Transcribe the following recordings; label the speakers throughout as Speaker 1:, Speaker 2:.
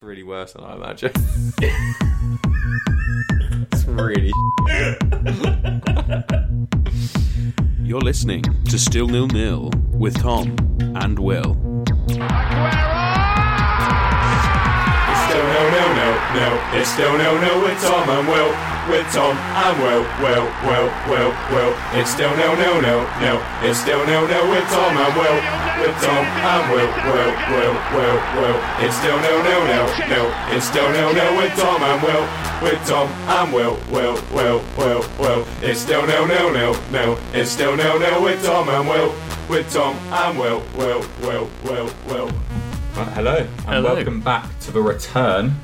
Speaker 1: really worse than I imagine. it's really.
Speaker 2: You're listening to Still Nil Nil with Tom and Will.
Speaker 3: It's still no, no, no, no. It's still no, no with Tom and Will. With Tom and Will, Will, Will, Will, Will. It's still no, no, no, no. It's still no, no with Tom and Will. With Tom and Will, Will, Will, Will, Will. It's still no, no, no, no. It's still no, no with Tom and Will. With Tom and Will, Will, Will, Will, Will. It's still no, no, no, no. It's still no, no with Tom and Will. With Tom and Will, Will, Will, Will, Will.
Speaker 4: Right, hello, and
Speaker 5: Hello.
Speaker 4: welcome back to the return.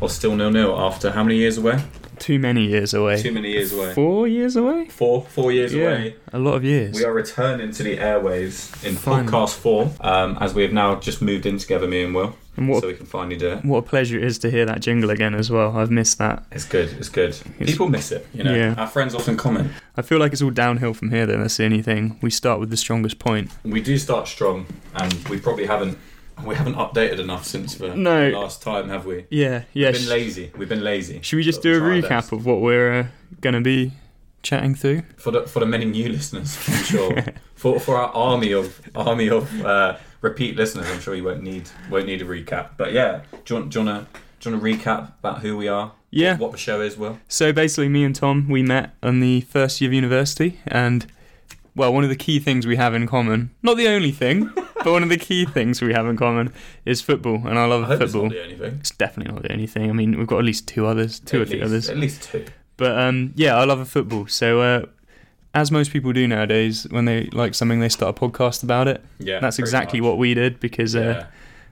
Speaker 4: Or still nil nil after how many years away?
Speaker 5: Too many years away.
Speaker 4: Too many years away.
Speaker 5: Four years away?
Speaker 4: Four, four years away.
Speaker 5: a lot of years.
Speaker 4: We are returning to the airwaves in
Speaker 5: Finally.
Speaker 4: podcast form, um, as we have now just moved in together, me and Will,
Speaker 5: And what-
Speaker 4: so we can finally do it.
Speaker 5: What a pleasure it is to hear that jingle again as well. I've missed that.
Speaker 4: It's good. It's good. People miss it. You know,
Speaker 5: Yeah.
Speaker 4: our friends often comment.
Speaker 5: I feel like it's all downhill from here. Then that's the only thing. We start with the strongest point.
Speaker 4: We do start strong, and we probably haven't. We haven't updated enough since the
Speaker 5: No.
Speaker 4: last time, have we?
Speaker 5: Yeah, yeah.
Speaker 4: We've
Speaker 5: sh-
Speaker 4: been lazy. We've been lazy.
Speaker 5: Should we just
Speaker 4: But
Speaker 5: do a
Speaker 4: we'll try our
Speaker 5: recap
Speaker 4: best.
Speaker 5: of what we're uh, gonna be chatting through?
Speaker 4: for the for the many new listeners? I'm sure for for our army of army of uh, repeat listeners, I'm sure you won't need won't need a recap. But yeah, do you want do you want to do you want to recap about who we are?
Speaker 5: Yeah.
Speaker 4: what the show is, Will.
Speaker 5: So basically, me and Tom we met on the first year of university, and well, one of the key things we have in common—not the only thing, but one of the key things we have in common—is football, and I love
Speaker 4: I hope it's
Speaker 5: football.
Speaker 4: not the only thing.
Speaker 5: It's definitely not the only thing. I mean, we've got at least two others,
Speaker 4: at
Speaker 5: two or three
Speaker 4: least,
Speaker 5: others.
Speaker 4: At least two.
Speaker 5: But um, yeah, I love a football. So uh, as most people do nowadays, when they like something, they start a podcast about it.
Speaker 4: Yeah,
Speaker 5: That's
Speaker 4: pretty
Speaker 5: exactly
Speaker 4: much.
Speaker 5: what we did because uh,
Speaker 4: Yeah.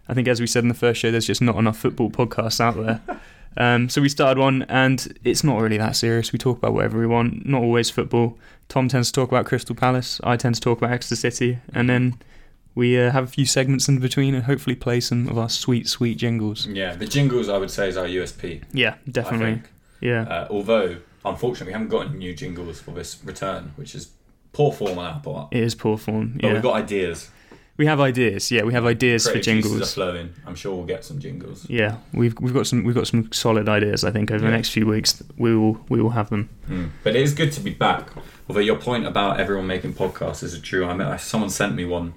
Speaker 5: I think, as we said in the first show, there's just not enough football podcasts out there. um, so we started one, and it's not really that serious. We talk about whatever we want, not always football. Tom tends to talk about Crystal Palace. I tend to talk about Exeter City, and then. We uh, have a few segments in between and hopefully play some of our sweet, sweet jingles.
Speaker 4: Yeah, the jingles I would say is our USP.
Speaker 5: Yeah,
Speaker 4: I
Speaker 5: definitely.
Speaker 4: think.
Speaker 5: Yeah.
Speaker 4: Uh, although unfortunately we haven't got any new jingles for this return, which is poor form on our part.
Speaker 5: It is poor form.
Speaker 4: But
Speaker 5: Yeah.
Speaker 4: we've got ideas.
Speaker 5: we have ideas. Yeah, we have ideas for
Speaker 4: Creative juices are
Speaker 5: jingles.
Speaker 4: flowing. I'm sure we'll get some jingles.
Speaker 5: Yeah, we've we've got some we've got some solid ideas. I think over the
Speaker 4: Yeah.
Speaker 5: next few weeks we will we will have them.
Speaker 4: Mm. But it is good to be back. Although your point about everyone making podcasts is true. I mean, someone sent me one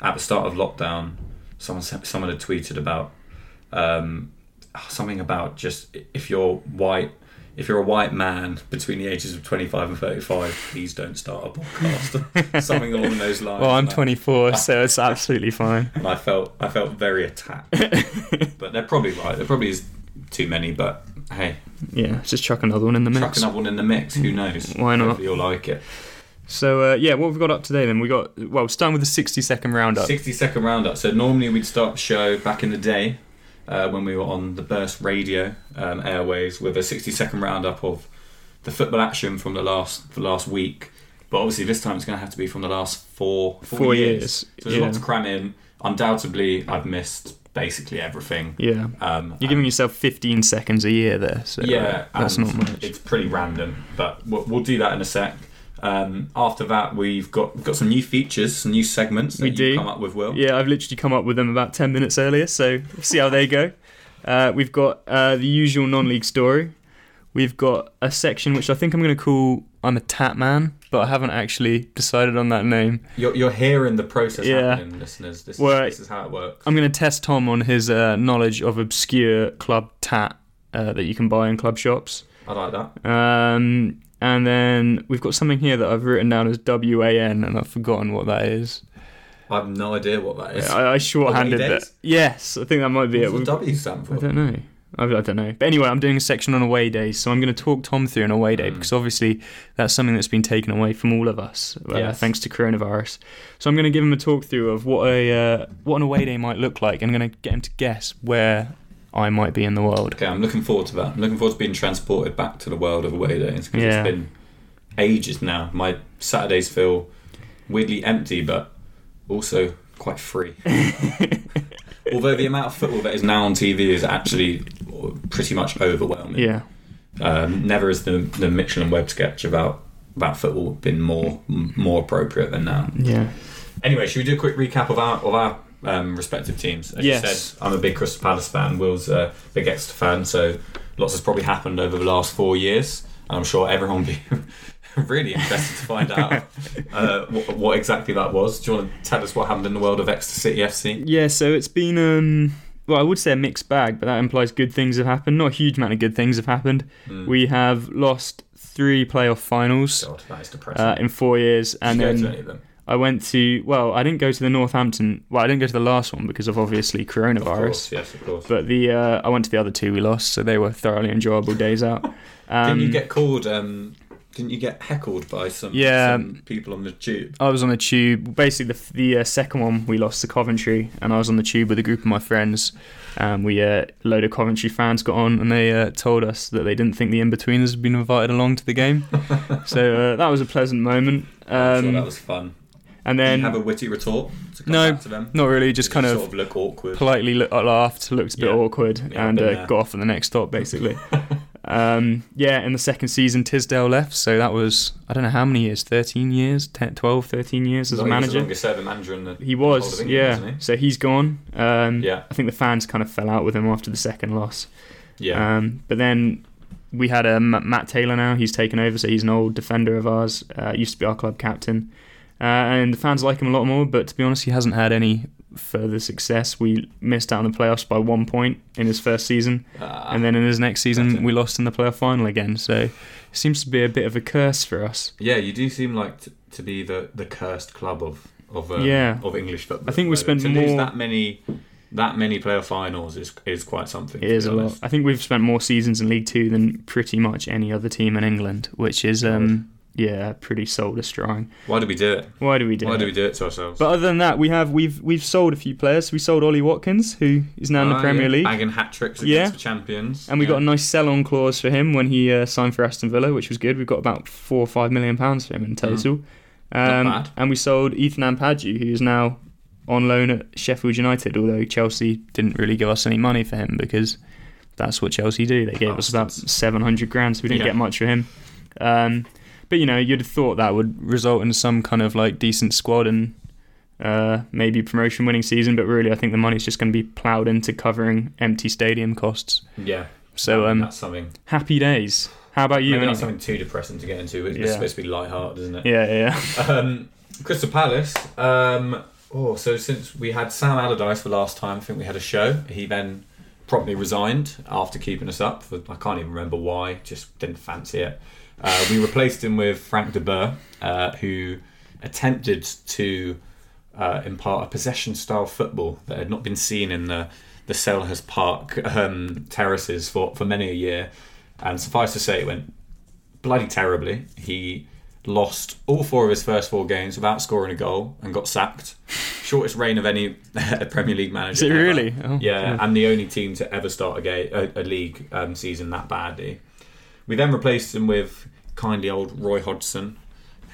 Speaker 4: at the start of lockdown. Someone sent, someone had tweeted about um, something about just if you're white, if you're a white man between the ages of 25 and 35, please don't start a podcast. something along those lines.
Speaker 5: Well, I'm
Speaker 4: And I-
Speaker 5: 24, so it's absolutely fine.
Speaker 4: and I felt I felt very attacked. but they're probably right. There probably is too many. But hey,
Speaker 5: Yeah, just chuck another one in the
Speaker 4: chuck
Speaker 5: mix. Mm.
Speaker 4: another one in the mix. Who knows?
Speaker 5: Why not?
Speaker 4: Hopefully You'll like it.
Speaker 5: So uh, yeah, what have we got up today then? We got well, starting with the 60 second roundup.
Speaker 4: 60 second roundup. So normally we'd start the show back in the day uh, when we were on the Burst Radio um, airways with a 60 second roundup of the football action from the last the last week. But obviously this time it's going to have to be from the last four four
Speaker 5: Four
Speaker 4: years.
Speaker 5: years,
Speaker 4: So there's a
Speaker 5: yeah.
Speaker 4: lot to cram in. Undoubtedly, I've missed basically everything.
Speaker 5: Yeah,
Speaker 4: Um,
Speaker 5: you're giving yourself 15 seconds a year there. So
Speaker 4: yeah,
Speaker 5: that's
Speaker 4: and
Speaker 5: not much.
Speaker 4: It's pretty random, but we'll, we'll do that in a sec. Um, after that, we've got we've got some new features, some new segments that
Speaker 5: We
Speaker 4: you've
Speaker 5: do.
Speaker 4: come up with, Will.
Speaker 5: Yeah, I've literally come up with them about 10 minutes earlier, so we'll see how they go. Uh, we've got uh, the usual non league story. We've got a section which I think I'm going to call I'm a Tat Man, but I haven't actually decided on that name.
Speaker 4: You're, you're hearing the process
Speaker 5: Yeah.
Speaker 4: happening, listeners. This,
Speaker 5: Well,
Speaker 4: is, this is how it works.
Speaker 5: I'm going to test Tom on his uh, knowledge of obscure club tat uh, that you can buy in club shops.
Speaker 4: I like that.
Speaker 5: Um, and then we've got something here that I've written down as WAN, and I've forgotten what that is.
Speaker 4: I have no idea what that is.
Speaker 5: I, I shorthanded
Speaker 4: Away
Speaker 5: that.
Speaker 4: days?
Speaker 5: Yes, I think that might be it.
Speaker 4: What's
Speaker 5: We've
Speaker 4: the W stand
Speaker 5: I
Speaker 4: for?
Speaker 5: don't know. I, I don't know. But anyway, I'm doing a section on away days, so I'm going to talk Tom through an away
Speaker 4: Mm.
Speaker 5: day because obviously that's something that's been taken away from all of us uh,
Speaker 4: Yes.
Speaker 5: thanks to coronavirus. So I'm going to give him a talk through of what a uh, what an away day might look like, and I'm going to get him to guess where I might be in the world.
Speaker 4: Okay, I'm looking forward to that. I'm looking forward to being transported back to the world of away days because
Speaker 5: Yeah.
Speaker 4: it's been ages now. My Saturdays feel weirdly empty, but also quite free. Although the amount of football that is now on TV is actually pretty much overwhelming.
Speaker 5: Yeah,
Speaker 4: Um, never has the the Michelin web sketch about about football been more m- more appropriate than now.
Speaker 5: yeah.
Speaker 4: Anyway, should we do a quick recap of our of our um, respective teams. As you
Speaker 5: Yes.
Speaker 4: said, I'm a big Crystal Palace fan. Will's uh, a big Exeter fan, so lots has probably happened over the last four years, and I'm sure everyone will be really interested to find out uh, what, what exactly that was. Do you want to tell us what happened in the world of Exeter City FC?
Speaker 5: Yeah, so it's been um well, I would say a mixed bag, but that implies good things have happened. Not a huge amount of good things have happened.
Speaker 4: Mm.
Speaker 5: We have lost three playoff finals
Speaker 4: God, that is depressing.
Speaker 5: uh, in four years,
Speaker 4: Oh, Did
Speaker 5: and
Speaker 4: you go to
Speaker 5: then
Speaker 4: any of them?
Speaker 5: I went to well, I didn't go to the Northampton. Well, I didn't go to the last one because of obviously
Speaker 4: Of
Speaker 5: coronavirus.
Speaker 4: course, yes, of course.
Speaker 5: But the uh, I went to the other two we lost, so they were thoroughly enjoyable days out. Um,
Speaker 4: didn't you get called? Um, didn't you get heckled by some,
Speaker 5: Yeah.
Speaker 4: some people on the tube?
Speaker 5: I was on the tube. Basically, the, the uh, second one we lost to Coventry, and I was on the tube with a group of my friends. And we uh, a load of Coventry fans got on, and they uh, told us that they didn't think the in-betweeners had been invited along to the game. so uh, that was a pleasant moment.
Speaker 4: I'm sure
Speaker 5: Um,
Speaker 4: that was fun.
Speaker 5: and
Speaker 4: Did
Speaker 5: then
Speaker 4: you have a witty retort to come
Speaker 5: no,
Speaker 4: back to them?
Speaker 5: not really. Just
Speaker 4: Did
Speaker 5: kind
Speaker 4: you
Speaker 5: of,
Speaker 4: sort of look awkward.
Speaker 5: politely look, laughed, looked a bit
Speaker 4: Yeah.
Speaker 5: awkward,
Speaker 4: Yeah, I've
Speaker 5: and
Speaker 4: been
Speaker 5: uh,
Speaker 4: there.
Speaker 5: got off at the next stop basically. um, yeah, in the second season, Tisdale left, so that was I don't know how many years, 13 years, 10, 12, 13 years as
Speaker 4: Well, he
Speaker 5: a
Speaker 4: was
Speaker 5: manager.
Speaker 4: the longest serving manager in the
Speaker 5: He
Speaker 4: whole
Speaker 5: was,
Speaker 4: of England,
Speaker 5: yeah.
Speaker 4: wasn't
Speaker 5: So he's gone. Um,
Speaker 4: Yeah.
Speaker 5: I think the fans kind of fell out with him after the second loss.
Speaker 4: he? Yeah.
Speaker 5: Um, but then we had um, Matt Taylor now. He's taken over, so he's an old defender of ours. Uh, used to be our club captain, uh, and the fans like him a lot more. But to be honest, he hasn't had any further success. We missed out on the playoffs by one point in his first season,
Speaker 4: Ah,
Speaker 5: Uh, and then in his next season
Speaker 4: gotcha.
Speaker 5: we lost in the playoff final again. So it seems to be a bit of a curse for us.
Speaker 4: yeah, you do seem like t- to be the, the cursed club of of um,
Speaker 5: Yeah.
Speaker 4: of English football.
Speaker 5: I think we
Speaker 4: at the moment.
Speaker 5: spend
Speaker 4: to lose
Speaker 5: more-
Speaker 4: that many that many player finals is is quite something.
Speaker 5: It
Speaker 4: to
Speaker 5: is
Speaker 4: be
Speaker 5: a lot.
Speaker 4: honest.
Speaker 5: I think we've spent more seasons in League Two than pretty much any other team in England, which is um, yeah, pretty soul destroying.
Speaker 4: Why do we do it?
Speaker 5: Why do we do?
Speaker 4: Why
Speaker 5: it?
Speaker 4: do we do it to ourselves?
Speaker 5: But other than that, we have we've we've sold a few players. We sold Ollie Watkins, who is now in the
Speaker 4: Ah,
Speaker 5: Premier
Speaker 4: yeah.
Speaker 5: League,
Speaker 4: bagging hat tricks against
Speaker 5: Yeah.
Speaker 4: the champions,
Speaker 5: and we
Speaker 4: Yeah.
Speaker 5: got a nice sell-on clause for him when he uh, signed for Aston Villa, which was good. We've got about four or five million pounds for him in total. Um,
Speaker 4: Mm. bad.
Speaker 5: And we sold Ethan Ampadu, who is now on loan at Sheffield United. Although Chelsea didn't really give us any money for him because that's what Chelsea do. They gave us about
Speaker 4: Bastards.
Speaker 5: seven hundred grand, so we didn't
Speaker 4: Yeah.
Speaker 5: get much for him. Um, but you know, you'd have thought that would result in some kind of like decent squad and uh, maybe promotion winning season. But really, I think the money's just going to be ploughed into covering empty stadium costs.
Speaker 4: yeah.
Speaker 5: So um,
Speaker 4: Oh, that's something.
Speaker 5: happy days. How about you?
Speaker 4: Maybe
Speaker 5: Any-
Speaker 4: that's something too depressing to get into. It's
Speaker 5: Yeah.
Speaker 4: supposed to be light-hearted, isn't it?
Speaker 5: yeah, yeah, yeah.
Speaker 4: Um, Crystal Palace. Um, oh, so since we had Sam Allardyce for last time, I think we had a show. He then promptly resigned after keeping us up. For, I can't even remember why. Just didn't fancy it. Uh, we replaced him with Frank de Boer, uh, who attempted to uh, impart a possession-style football that had not been seen in the the Selhurst Park um, terraces for, for many a year. And suffice to say, it went bloody terribly. He lost all four of his first four games without scoring a goal and got sacked. Shortest reign of any Premier League manager.
Speaker 5: Is it
Speaker 4: ever.
Speaker 5: really? Oh,
Speaker 4: yeah, and the only team to ever start a, ga- a, a league um, season that badly. We then replaced him with kindly old Roy Hodgson,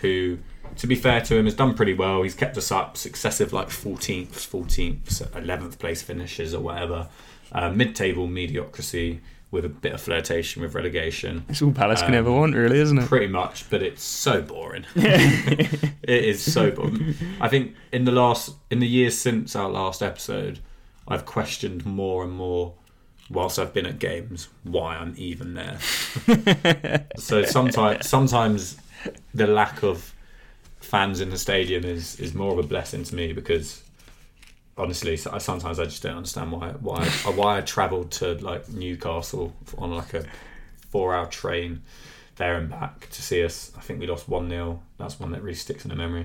Speaker 4: who, to be fair to him, has done pretty well. He's kept us up successive like 14th, 14th, 11th place finishes or whatever. Uh, mid-table mediocrity with a bit of flirtation with relegation
Speaker 5: It's all Palace can ever want, really, isn't it?
Speaker 4: Um, pretty much but it's so boring it is so boring i think in the last in the years since our last episode i've questioned more and more whilst i've been at games why i'm even there so sometimes sometimes the lack of fans in the stadium is is more of a blessing to me because honestly so- I- sometimes i just don't understand why why why i traveled to like newcastle on like a four hour train there and back to see us i think we lost 1-0 that's one that really sticks in the memory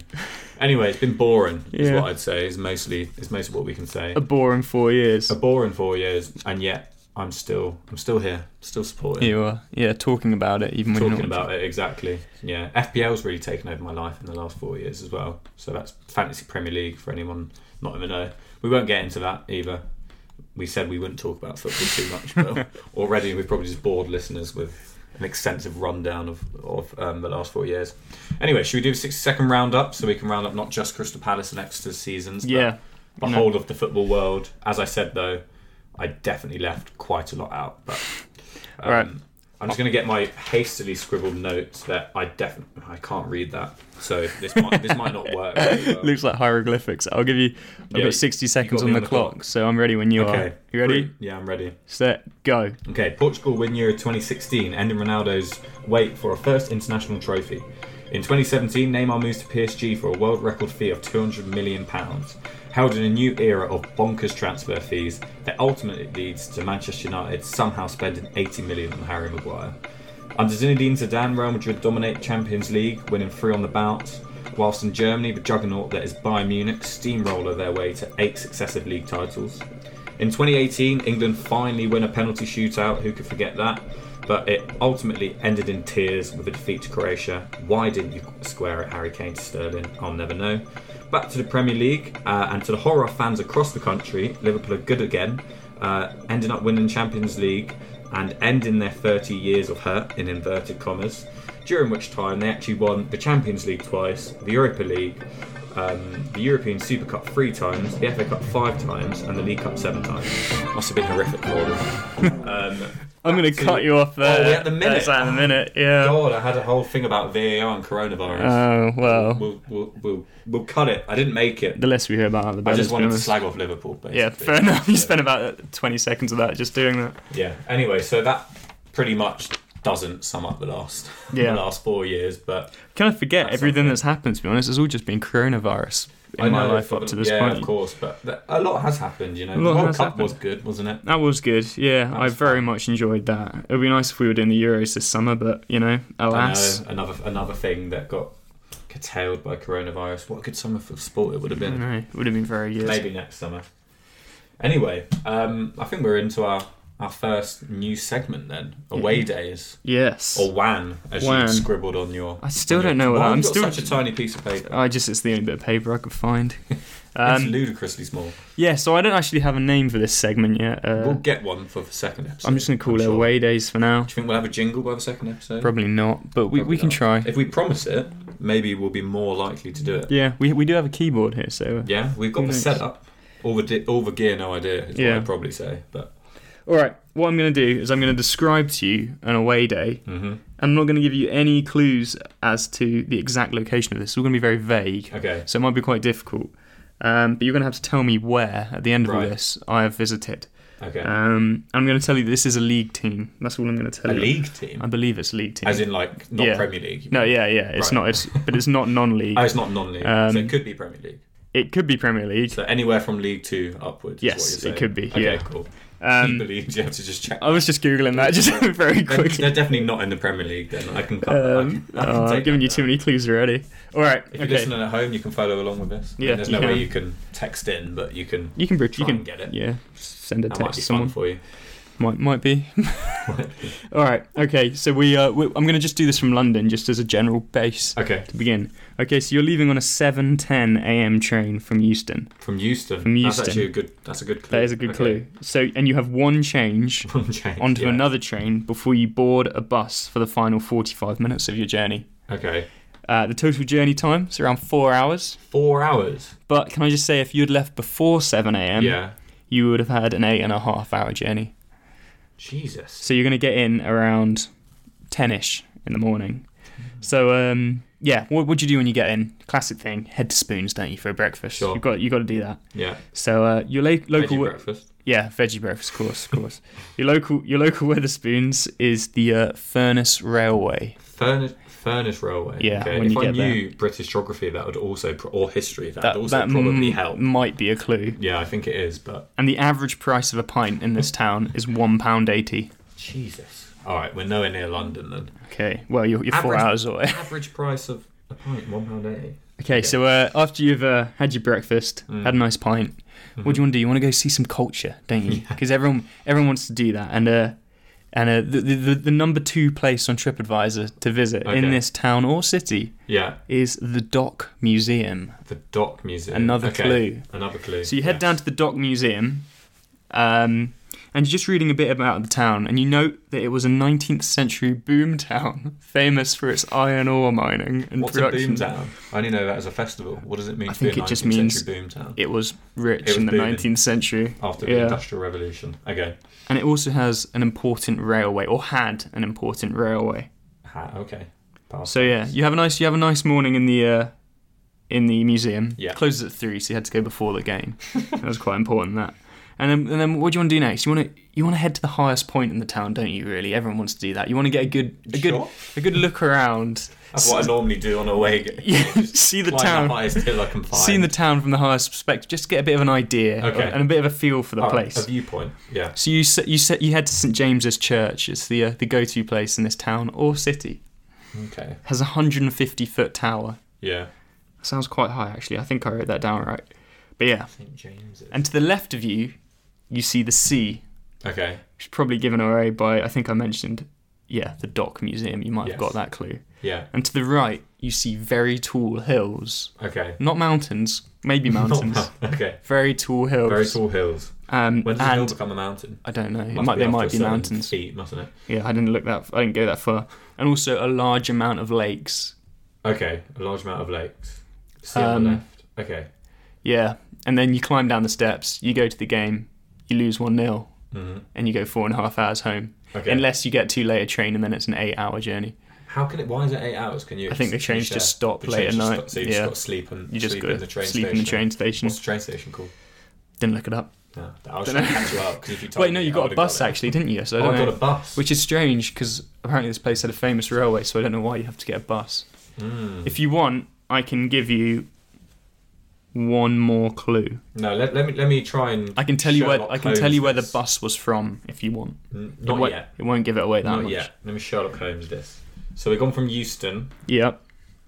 Speaker 4: anyway it's been boring is
Speaker 5: Yeah.
Speaker 4: what i'd say is mostly is mostly what we can say
Speaker 5: A boring four years.
Speaker 4: a boring four years and yet i'm still i'm still here still supporting
Speaker 5: You are, yeah, talking about it, even when
Speaker 4: talking
Speaker 5: you're not.
Speaker 4: about it exactly yeah fpl's really taken over my life in the last four years as well so that's fantasy premier league for anyone not in the know we won't get into that either we said we wouldn't talk about football too much but already we've probably just bored listeners with an extensive rundown of, of um, the last four years anyway should we do a 60 second round up so we can round up not just crystal palace and exeter's seasons but
Speaker 5: Yeah,
Speaker 4: the
Speaker 5: No.
Speaker 4: whole of the football world as i said though i definitely left quite a lot out but um,
Speaker 5: Right.
Speaker 4: I'm just going to get my hastily scribbled notes that I definitely I can't read that, so this might this might not work. very well.
Speaker 5: Looks like hieroglyphics. I'll give you. I've
Speaker 4: Yeah,
Speaker 5: got 60
Speaker 4: you
Speaker 5: seconds
Speaker 4: got me
Speaker 5: on the, clock, so I'm ready when you
Speaker 4: Okay,
Speaker 5: are. You ready?
Speaker 4: Yeah, I'm ready.
Speaker 5: Set. Go.
Speaker 4: Okay, Portugal win Euro 2016, ending Ronaldo's wait for a first international trophy. In 2017, Neymar moves to PSG for a world record fee of 200 million pounds, held in a new era of bonkers transfer fees that ultimately leads to Manchester United somehow spending 80 million on Harry Maguire. Under Zinedine Zidane, Real Madrid dominate Champions League, winning three on the bounce. Whilst in Germany, the juggernaut that is Bayern Munich steamroller their way to eight successive league titles. In 2018, England finally win a penalty shootout. Who could forget that? But it ultimately ended in tears with a defeat to Croatia. Why didn't you square at Harry Kane to Sterling? I'll never know. Back to the Premier League uh, and to the horror of fans across the country, Liverpool are good again, uh, ending up winning Champions League and ending their 30 years of hurt in inverted commas. During which time they actually won the Champions League twice, the Europa League, um, the European Super Cup three times, the FA Cup five times, and the League Cup seven times. Must have been horrific for them. Um,
Speaker 5: I'm going to
Speaker 4: back
Speaker 5: cut you off there.
Speaker 4: Oh, we're at the minute.
Speaker 5: That's at the minute, yeah.
Speaker 4: God, I had a whole thing about VAR and coronavirus.
Speaker 5: Oh, well.
Speaker 4: we'll, we'll, we'll, we'll cut it. I didn't make it.
Speaker 5: The less we hear about it, the
Speaker 4: I
Speaker 5: better.
Speaker 4: just
Speaker 5: to be
Speaker 4: wanted to
Speaker 5: honest.
Speaker 4: slag off Liverpool. Basically.
Speaker 5: Yeah, fair enough. You
Speaker 4: Yeah.
Speaker 5: spent about 20 seconds of that just doing that.
Speaker 4: Yeah. Anyway, so that pretty much doesn't sum up the last
Speaker 5: Yeah.
Speaker 4: the last four years, but
Speaker 5: Kind of forget
Speaker 4: That's
Speaker 5: everything
Speaker 4: something.
Speaker 5: that's happened, to be honest. It's all just been coronavirus in
Speaker 4: I
Speaker 5: my
Speaker 4: know
Speaker 5: life
Speaker 4: for
Speaker 5: up
Speaker 4: the-
Speaker 5: to this
Speaker 4: yeah,
Speaker 5: point.
Speaker 4: of course. But th- a lot has happened. You know,
Speaker 5: lot
Speaker 4: the World
Speaker 5: has
Speaker 4: Cup
Speaker 5: happened.
Speaker 4: was good, wasn't it?
Speaker 5: That was good. Yeah, I
Speaker 4: was
Speaker 5: very much enjoyed that. It would be nice if we were doing the Euros this summer, but, you know, alas.
Speaker 4: I know, another another thing that got curtailed by coronavirus. What a good summer for sport it would have
Speaker 5: I
Speaker 4: been.
Speaker 5: know. It would have been very good.
Speaker 4: Maybe next summer. Anyway, um, I think we're into our, our first new segment then. Away days.
Speaker 5: Yes.
Speaker 4: Or WAN, as
Speaker 5: Mm-hmm. Wan.
Speaker 4: you scribbled on your.
Speaker 5: I still
Speaker 4: on your-
Speaker 5: don't know
Speaker 4: Why
Speaker 5: what that-
Speaker 4: have
Speaker 5: I'm
Speaker 4: you got
Speaker 5: still-
Speaker 4: such a tiny piece of paper.
Speaker 5: I just, it's the only bit of paper I could find.
Speaker 4: it's
Speaker 5: Um,
Speaker 4: ludicrously small.
Speaker 5: yeah, so I don't actually have a name for this segment yet. Uh,
Speaker 4: We'll get one for the second episode.
Speaker 5: I'm just going to call it
Speaker 4: sure.
Speaker 5: Away Days for now.
Speaker 4: Do you think we'll have a jingle by the second episode?
Speaker 5: Probably not, but we,
Speaker 4: Probably
Speaker 5: we can
Speaker 4: not.
Speaker 5: try.
Speaker 4: If we promise it, maybe we'll be more likely to do it. Yeah,
Speaker 5: Yeah, we, we do have a keyboard here, so. uh,
Speaker 4: we've got
Speaker 5: Who
Speaker 4: the
Speaker 5: knows?
Speaker 4: setup. All the, di- all the gear, no idea, is
Speaker 5: Yeah.
Speaker 4: what I'd probably say. But
Speaker 5: All right, what I'm going to do is I'm going to describe to you an away day.
Speaker 4: Mhm.
Speaker 5: I'm not going to give you any clues as to the exact location of this. It's all going to be very vague.
Speaker 4: Okay.
Speaker 5: So it might be quite difficult. Um, but you're going to have to tell me where, at the end of all
Speaker 4: Right.
Speaker 5: this, I have visited.
Speaker 4: Okay.
Speaker 5: Um, I'm going to tell you this is a league team. That's all I'm going to tell
Speaker 4: a
Speaker 5: you.
Speaker 4: league team?
Speaker 5: I believe it's a league team.
Speaker 4: As in, like, not
Speaker 5: Yeah.
Speaker 4: Premier League.
Speaker 5: no, yeah, yeah. It's
Speaker 4: Right.
Speaker 5: not. It's but it's not non-league.
Speaker 4: Oh, it's not non-league.
Speaker 5: Um,
Speaker 4: so it could be Premier League.
Speaker 5: it could be Premier League.
Speaker 4: So anywhere from League Two upwards. is
Speaker 5: Yes,
Speaker 4: what you're
Speaker 5: it
Speaker 4: saying.
Speaker 5: could be,
Speaker 4: Okay,
Speaker 5: yeah.
Speaker 4: cool.
Speaker 5: Um,
Speaker 4: he believes you have to just check.
Speaker 5: I was just googling that just very
Speaker 4: They're,
Speaker 5: quickly.
Speaker 4: they're definitely not in the Premier League. Then I can. cut that. I
Speaker 5: Um,
Speaker 4: can, I can
Speaker 5: oh,
Speaker 4: take
Speaker 5: I'm giving
Speaker 4: that
Speaker 5: you
Speaker 4: now.
Speaker 5: too many clues already. All right.
Speaker 4: If you're
Speaker 5: okay.
Speaker 4: listening at home, you can follow along with this.
Speaker 5: Yeah,
Speaker 4: there's
Speaker 5: you
Speaker 4: no way
Speaker 5: can.
Speaker 4: you can text in, but you can.
Speaker 5: You can bridge. You
Speaker 4: Try
Speaker 5: can
Speaker 4: and get it.
Speaker 5: Yeah. Send a
Speaker 4: That might
Speaker 5: text
Speaker 4: be
Speaker 5: to
Speaker 4: fun
Speaker 5: someone.
Speaker 4: for you.
Speaker 5: Might might be. All right. Okay. So we. Uh, we I'm going to just do this from London, just as a general base
Speaker 4: Okay,
Speaker 5: to begin. Okay. So you're leaving on a 7:10 a.m. train from Euston.
Speaker 4: from Houston.
Speaker 5: From Euston.
Speaker 4: That's actually a good. That's a good clue.
Speaker 5: That is a good
Speaker 4: Okay.
Speaker 5: clue. So and you have one change
Speaker 4: One change,
Speaker 5: onto
Speaker 4: yeah.
Speaker 5: another train before you board a bus for the final 45 minutes of your journey.
Speaker 4: Okay,
Speaker 5: Uh, the total journey time is around four hours.
Speaker 4: four hours.
Speaker 5: But can I just say, if you'd left before 7 a.m.,
Speaker 4: yeah,
Speaker 5: you would have had an eight and a half hour journey.
Speaker 4: Jesus.
Speaker 5: So you're going to get in around 10 ish in the morning. So, um, yeah, what would you do when you get in? Classic thing, head to spoons, don't you, for a breakfast?
Speaker 4: Sure.
Speaker 5: You've got you got to do that.
Speaker 4: Yeah,
Speaker 5: So uh, your la- local,
Speaker 4: veggie breakfast.
Speaker 5: yeah, veggie breakfast, of course, of course. your local, your local Weatherspoons is the uh, Furnace Railway.
Speaker 4: Furnace, furnace railway.
Speaker 5: Yeah,
Speaker 4: Okay.
Speaker 5: when
Speaker 4: if
Speaker 5: you
Speaker 4: I
Speaker 5: get there.
Speaker 4: knew British geography, that would also pro- or history, that,
Speaker 5: That
Speaker 4: would also
Speaker 5: that
Speaker 4: probably
Speaker 5: m-
Speaker 4: help.
Speaker 5: might be a clue.
Speaker 4: Yeah, I think it is, but
Speaker 5: And the average price of a pint in this town is one pound eighty.
Speaker 4: Jesus. All right, we're nowhere near London then.
Speaker 5: Okay, well you're, you're four
Speaker 4: Average-
Speaker 5: hours away.
Speaker 4: Average price of a pint, one pound eighty.
Speaker 5: Okay, so uh, after you've uh, had your breakfast,
Speaker 4: Mm.
Speaker 5: had a nice pint,
Speaker 4: Mm-hmm.
Speaker 5: what do you want to do? You want to go see some culture, don't you? Because everyone everyone wants to do that, and uh, and uh, the, the the- the number two place on TripAdvisor to visit in
Speaker 4: Okay.
Speaker 5: this town or city
Speaker 4: Yeah,
Speaker 5: is the Dock Museum.
Speaker 4: the Dock Museum.
Speaker 5: Another
Speaker 4: Okay,
Speaker 5: clue.
Speaker 4: Another clue.
Speaker 5: So you head down to the Dock Museum, um, And you're just reading a bit about the town, and you note that it was a 19th century boom town, famous for its iron ore mining and
Speaker 4: What's a boom
Speaker 5: production.
Speaker 4: town? I only know that as a festival. What does it mean
Speaker 5: I
Speaker 4: to be a
Speaker 5: think it
Speaker 4: 19th
Speaker 5: just
Speaker 4: century
Speaker 5: means-
Speaker 4: boom town?
Speaker 5: It was rich
Speaker 4: It was
Speaker 5: in the
Speaker 4: booming.
Speaker 5: 19th century.
Speaker 4: After the
Speaker 5: yeah.
Speaker 4: Industrial Revolution. Okay.
Speaker 5: And it also has an important railway, or had an important railway.
Speaker 4: Ha, okay. Pass.
Speaker 5: So yeah, you have a nice you have a nice morning in the uh, in the museum.
Speaker 4: Yeah.
Speaker 5: Closes at three, so you had to go before the game. that was quite important that. And then, and then what do you want to do next? You want to you want to head to the highest point in the town, don't you? Really, everyone wants to do that. You want to get a good a good
Speaker 4: Sure.
Speaker 5: a good look around.
Speaker 4: That's what I normally do on a way.
Speaker 5: Yeah, see the
Speaker 4: Climb
Speaker 5: town,
Speaker 4: the highest hill I can find.
Speaker 5: seeing the town from the highest perspective, just to get a bit of an idea
Speaker 4: Okay.
Speaker 5: and a bit of a feel for the
Speaker 4: Oh,
Speaker 5: place.
Speaker 4: A viewpoint. Yeah.
Speaker 5: So you s- you s- you head to St James's Church. It's the uh, the go to place in this town or city.
Speaker 4: Okay.
Speaker 5: Has a 150 foot tower.
Speaker 4: Yeah.
Speaker 5: Sounds quite high actually. I think I wrote that down right. But yeah,
Speaker 4: St James's.
Speaker 5: and to the left of you, you see the sea,
Speaker 4: Okay.
Speaker 5: which is probably given away by I think I mentioned, yeah, the Dock Museum. You might have got
Speaker 4: Yes.
Speaker 5: that clue.
Speaker 4: Yeah.
Speaker 5: And to the right, you see very tall hills,
Speaker 4: Okay.
Speaker 5: not mountains, maybe
Speaker 4: Not
Speaker 5: mountains.
Speaker 4: mou- okay.
Speaker 5: very tall hills.
Speaker 4: Very tall hills.
Speaker 5: Um,
Speaker 4: When does a hill
Speaker 5: and
Speaker 4: become a mountain?
Speaker 5: I don't know. It
Speaker 4: Must
Speaker 5: might, there
Speaker 4: after
Speaker 5: might
Speaker 4: a
Speaker 5: be
Speaker 4: certain
Speaker 5: mountains.
Speaker 4: Feet, mustn't it?
Speaker 5: Yeah, I didn't look that. I didn't go that far. And also a large amount of lakes.
Speaker 4: Okay. A large amount of lakes. See on
Speaker 5: Um,
Speaker 4: the left. Okay.
Speaker 5: Yeah, and then you climb down the steps. You go to the game. You lose one 0
Speaker 4: hmm
Speaker 5: and you go four and a half hours home.
Speaker 4: Okay.
Speaker 5: Unless you get too late a train, and then it's an eight-hour journey.
Speaker 4: How can it? Why is it eight hours? Can you?
Speaker 5: I think they
Speaker 4: you
Speaker 5: changed to
Speaker 4: share?
Speaker 5: stop
Speaker 4: They
Speaker 5: late
Speaker 4: changed
Speaker 5: at
Speaker 4: to
Speaker 5: night,
Speaker 4: stop- so you
Speaker 5: yeah.
Speaker 4: just got to sleep and
Speaker 5: You just
Speaker 4: sleep
Speaker 5: go
Speaker 4: in the train
Speaker 5: sleep
Speaker 4: station.
Speaker 5: in the train station.
Speaker 4: What's the train station called?
Speaker 5: Didn't look it up.
Speaker 4: No, I was
Speaker 5: Dunno.
Speaker 4: trying to catch you out because if you told
Speaker 5: Wait, no,
Speaker 4: me,
Speaker 5: you
Speaker 4: I
Speaker 5: got a
Speaker 4: would've
Speaker 5: bus
Speaker 4: it.
Speaker 5: actually, didn't you? So I
Speaker 4: Oh,
Speaker 5: don't
Speaker 4: I got
Speaker 5: know.
Speaker 4: a bus.
Speaker 5: Which is strange because apparently this place had a famous railway, so I don't know why you have to get a bus.
Speaker 4: Mm.
Speaker 5: If you want, I can give you one more clue.
Speaker 4: No, let, let me let me try and.
Speaker 5: I can tell you where
Speaker 4: Sherlock
Speaker 5: I can tell you where the
Speaker 4: Holmes
Speaker 5: bus was from if you want.
Speaker 4: this. N-
Speaker 5: it
Speaker 4: Not
Speaker 5: won't,
Speaker 4: yet.
Speaker 5: It won't give it away that
Speaker 4: Not
Speaker 5: much.
Speaker 4: yet. Let me Sherlock Holmes this. So we've gone from Euston
Speaker 5: Yep.